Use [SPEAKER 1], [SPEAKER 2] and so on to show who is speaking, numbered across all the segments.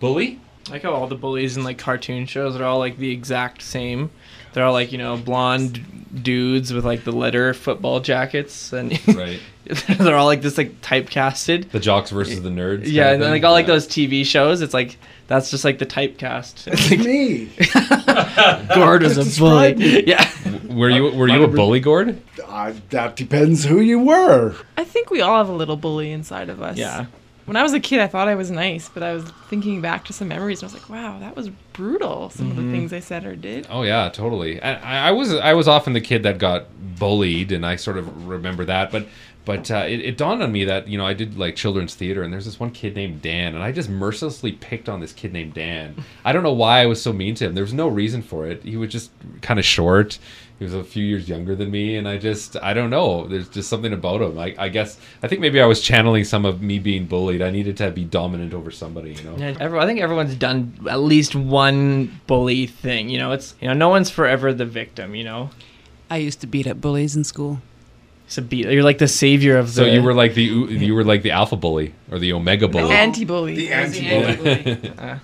[SPEAKER 1] Bully?
[SPEAKER 2] Like how all the bullies in like cartoon shows are all like the exact same. They're all like you know blonde dudes with like the letter football jackets, and
[SPEAKER 1] Right.
[SPEAKER 2] they're all like this like typecasted.
[SPEAKER 1] The jocks versus the nerds. kind
[SPEAKER 2] Yeah,
[SPEAKER 1] of
[SPEAKER 2] and then
[SPEAKER 1] thing?
[SPEAKER 2] like all like
[SPEAKER 1] Yeah.
[SPEAKER 2] those TV shows, it's like that's just like the typecast. It's like,
[SPEAKER 3] me.
[SPEAKER 2] Gord was
[SPEAKER 3] Just
[SPEAKER 2] a
[SPEAKER 3] describe
[SPEAKER 2] bully. Yeah,
[SPEAKER 1] Were you were you a bully, Gord?
[SPEAKER 3] I, that depends who you were.
[SPEAKER 4] I think we all have a little bully inside of us.
[SPEAKER 2] yeah.
[SPEAKER 4] When I was a kid, I thought I was nice, but I was thinking back to some memories and I was like, wow, that was brutal, some
[SPEAKER 3] Mm-hmm.
[SPEAKER 4] of the things I said or did.
[SPEAKER 1] Oh yeah, totally. I, I was I was often the kid that got bullied, and I sort of remember that. But but uh, it, it dawned on me that you know I did like children's theater, and there's this one kid named Dan, and I just mercilessly picked on this kid named Dan. I don't know why I was so mean to him. There was no reason for it. He was just kind of short. He was a few years younger than me, and I just I don't know. There's just something about him. I, I guess I think maybe I was channeling some of me being bullied. I needed to be dominant over somebody, you know.
[SPEAKER 2] Yeah, every- I think everyone's done at least one bully thing. You know, it's you know no one's forever the victim. You know,
[SPEAKER 5] I used to beat up bullies in school.
[SPEAKER 2] it's a be- you're like the savior of the.
[SPEAKER 1] So you were like the you were like the alpha bully or the omega bully.
[SPEAKER 4] Anti bully.
[SPEAKER 3] Oh. The anti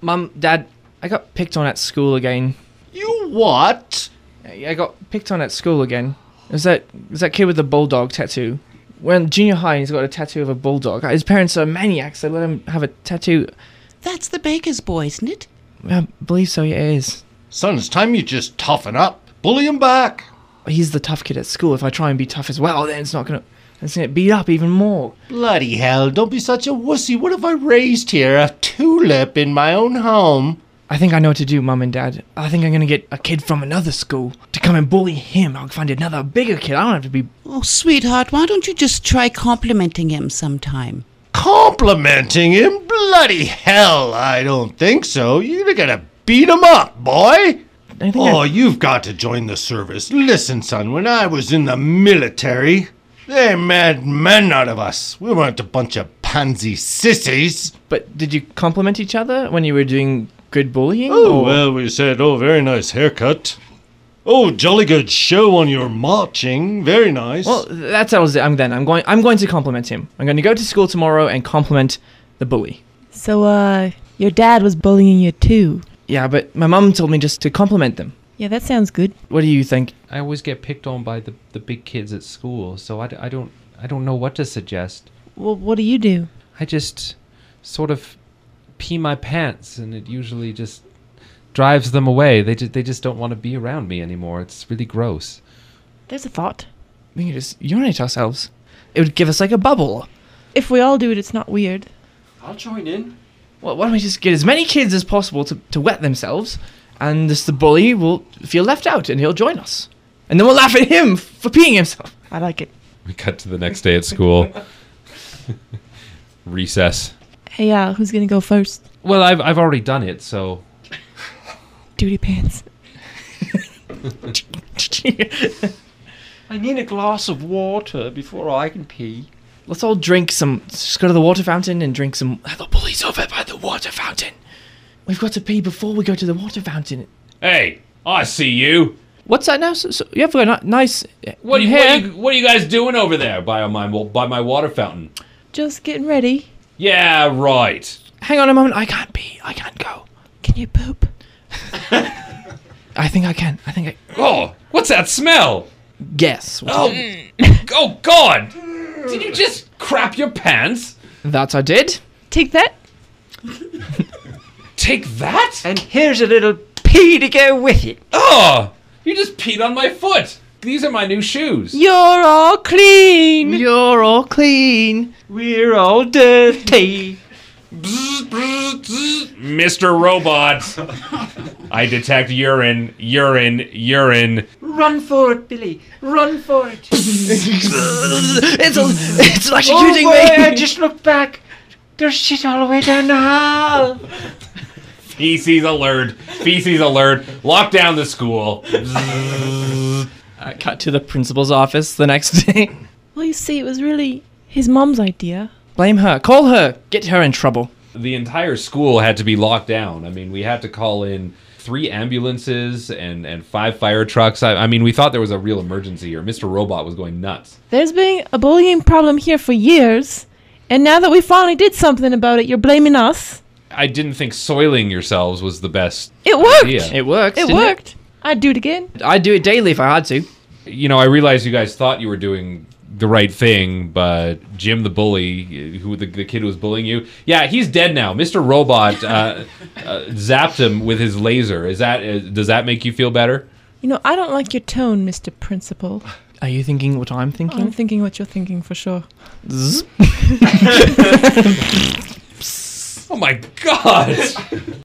[SPEAKER 2] mom, dad. I got picked on at school again.
[SPEAKER 3] You what?
[SPEAKER 2] I I got picked on at school again. It was that it was that kid with the bulldog tattoo? When junior high, and he's got a tattoo of a bulldog. His parents are maniacs. They let him have a tattoo.
[SPEAKER 5] That's the baker's boy, isn't it?
[SPEAKER 2] I believe so. Yeah, it is.
[SPEAKER 3] Son, it's time you just toughen up. Bully him back.
[SPEAKER 2] He's the tough kid at school. If I try and be tough as well, then it's not gonna. It's gonna beat up even more.
[SPEAKER 3] Bloody hell, don't be such a wussy. What have I raised here? A tulip in my own home.
[SPEAKER 2] I think I know what to do, Mum and Dad. I think I'm gonna get a kid from another school to come and bully him. I'll find another bigger kid. I don't have to be.
[SPEAKER 5] Oh, sweetheart, why don't you just try complimenting him sometime?
[SPEAKER 3] Complimenting him? Bloody hell, I don't think so. You're gonna beat him up, boy.
[SPEAKER 2] I think
[SPEAKER 3] Oh,
[SPEAKER 2] I-
[SPEAKER 3] you've got to join the service. Listen, son, when I was in the military, they made men out of us. We weren't a bunch of pansy sissies.
[SPEAKER 2] but did you compliment each other when you were doing good bullying?
[SPEAKER 3] Oh,
[SPEAKER 2] or-
[SPEAKER 3] well, we said, oh, very nice haircut. Oh, jolly good show on your marching. Very nice.
[SPEAKER 2] Well, that tells it. I'm then. I'm going. I'm going to compliment him. I'm going to go to school tomorrow and compliment the bully.
[SPEAKER 4] So, uh, your dad was bullying you too.
[SPEAKER 2] Yeah, but my mum told me just to compliment them.
[SPEAKER 4] Yeah, that sounds good.
[SPEAKER 2] What do you think?
[SPEAKER 6] I always get picked on by the, the big kids at school, so I, d- I don't I don't know what to suggest.
[SPEAKER 4] Well, what do you do?
[SPEAKER 6] I just sort of pee my pants, and it usually just drives them away. They just, they just don't want to be around me anymore. It's really gross.
[SPEAKER 4] There's a thought.
[SPEAKER 2] We can just urinate ourselves. It would give us like a bubble.
[SPEAKER 4] If we all do it, it's not weird.
[SPEAKER 7] I'll join in.
[SPEAKER 2] Well, why don't we just get as many kids as possible to, to wet themselves, and this the bully will feel left out and he'll join us, and then we'll laugh at him for peeing himself.
[SPEAKER 4] I like it.
[SPEAKER 1] We cut to the next day at school. Recess.
[SPEAKER 4] Hey, uh, who's gonna go first?
[SPEAKER 6] Well, I've I've already done it, so
[SPEAKER 4] Duty pants.
[SPEAKER 7] I need a glass of water before I can pee.
[SPEAKER 2] Let's all drink some. Just go to the water fountain and drink some. The bully's over by the water fountain. We've got to pee before we go to the water fountain.
[SPEAKER 1] Hey, I see you.
[SPEAKER 2] What's that now? So, so you have a ni- nice. uh,
[SPEAKER 1] What,
[SPEAKER 2] do
[SPEAKER 1] you, what, are you, what are you guys doing over there by my by my water fountain?
[SPEAKER 4] Just getting ready.
[SPEAKER 1] Yeah, right.
[SPEAKER 2] Hang on a moment. I can't pee. I can't go.
[SPEAKER 4] Can you poop?
[SPEAKER 2] I think I can. I think I.
[SPEAKER 1] Oh, what's that smell?
[SPEAKER 2] Guess. what-
[SPEAKER 1] Oh, oh God! Did you just crap your pants?
[SPEAKER 7] Oh.
[SPEAKER 2] That I did.
[SPEAKER 4] Take that.
[SPEAKER 1] Take that!
[SPEAKER 7] And here's a little pee to go with it.
[SPEAKER 1] Oh, you just peed on my foot. These are my new shoes.
[SPEAKER 4] You're all clean.
[SPEAKER 2] You're all clean.
[SPEAKER 7] We're all dirty.
[SPEAKER 1] Mr. Robot. I detect urine, urine, urine.
[SPEAKER 7] Run for it, Billy. Run for it.
[SPEAKER 2] It's a, it's electrocuting
[SPEAKER 7] oh, boy, I
[SPEAKER 2] me.
[SPEAKER 7] just look back. There's shit all the way down the hall.
[SPEAKER 1] Feces alert. Feces alert. Lock down the school.
[SPEAKER 2] I Uh, cut to the principal's office the next day.
[SPEAKER 4] Well, you see, it was really his mom's idea.
[SPEAKER 2] Blame her. Call her. Get her in trouble.
[SPEAKER 1] the entire school had to be locked down. I mean, we had to call in three ambulances and, and five fire trucks. I, I mean, we thought there was a real emergency here. Mr. Robot was going nuts.
[SPEAKER 4] There's been a bullying problem here for years, And now that we finally did something about it, you're blaming us.
[SPEAKER 1] I didn't think soiling yourselves was the best
[SPEAKER 4] It worked.
[SPEAKER 1] idea.
[SPEAKER 2] It works.
[SPEAKER 4] It
[SPEAKER 2] didn't
[SPEAKER 4] worked. I'd do it again.
[SPEAKER 2] I'd do it daily if I had to.
[SPEAKER 1] You know, I realized you guys thought you were doing the right thing, but Jim the bully, who the, the kid who was bullying you, yeah, he's dead now. Mr. Robot uh, uh, zapped him with his laser. Is that uh, does that make you feel better?
[SPEAKER 4] You know, I don't like your tone, Mr. Principal.
[SPEAKER 2] Are you thinking what I'm
[SPEAKER 4] I'm
[SPEAKER 2] thinking?
[SPEAKER 4] thinking what you're thinking for sure.
[SPEAKER 2] Zzz.
[SPEAKER 1] Oh my god!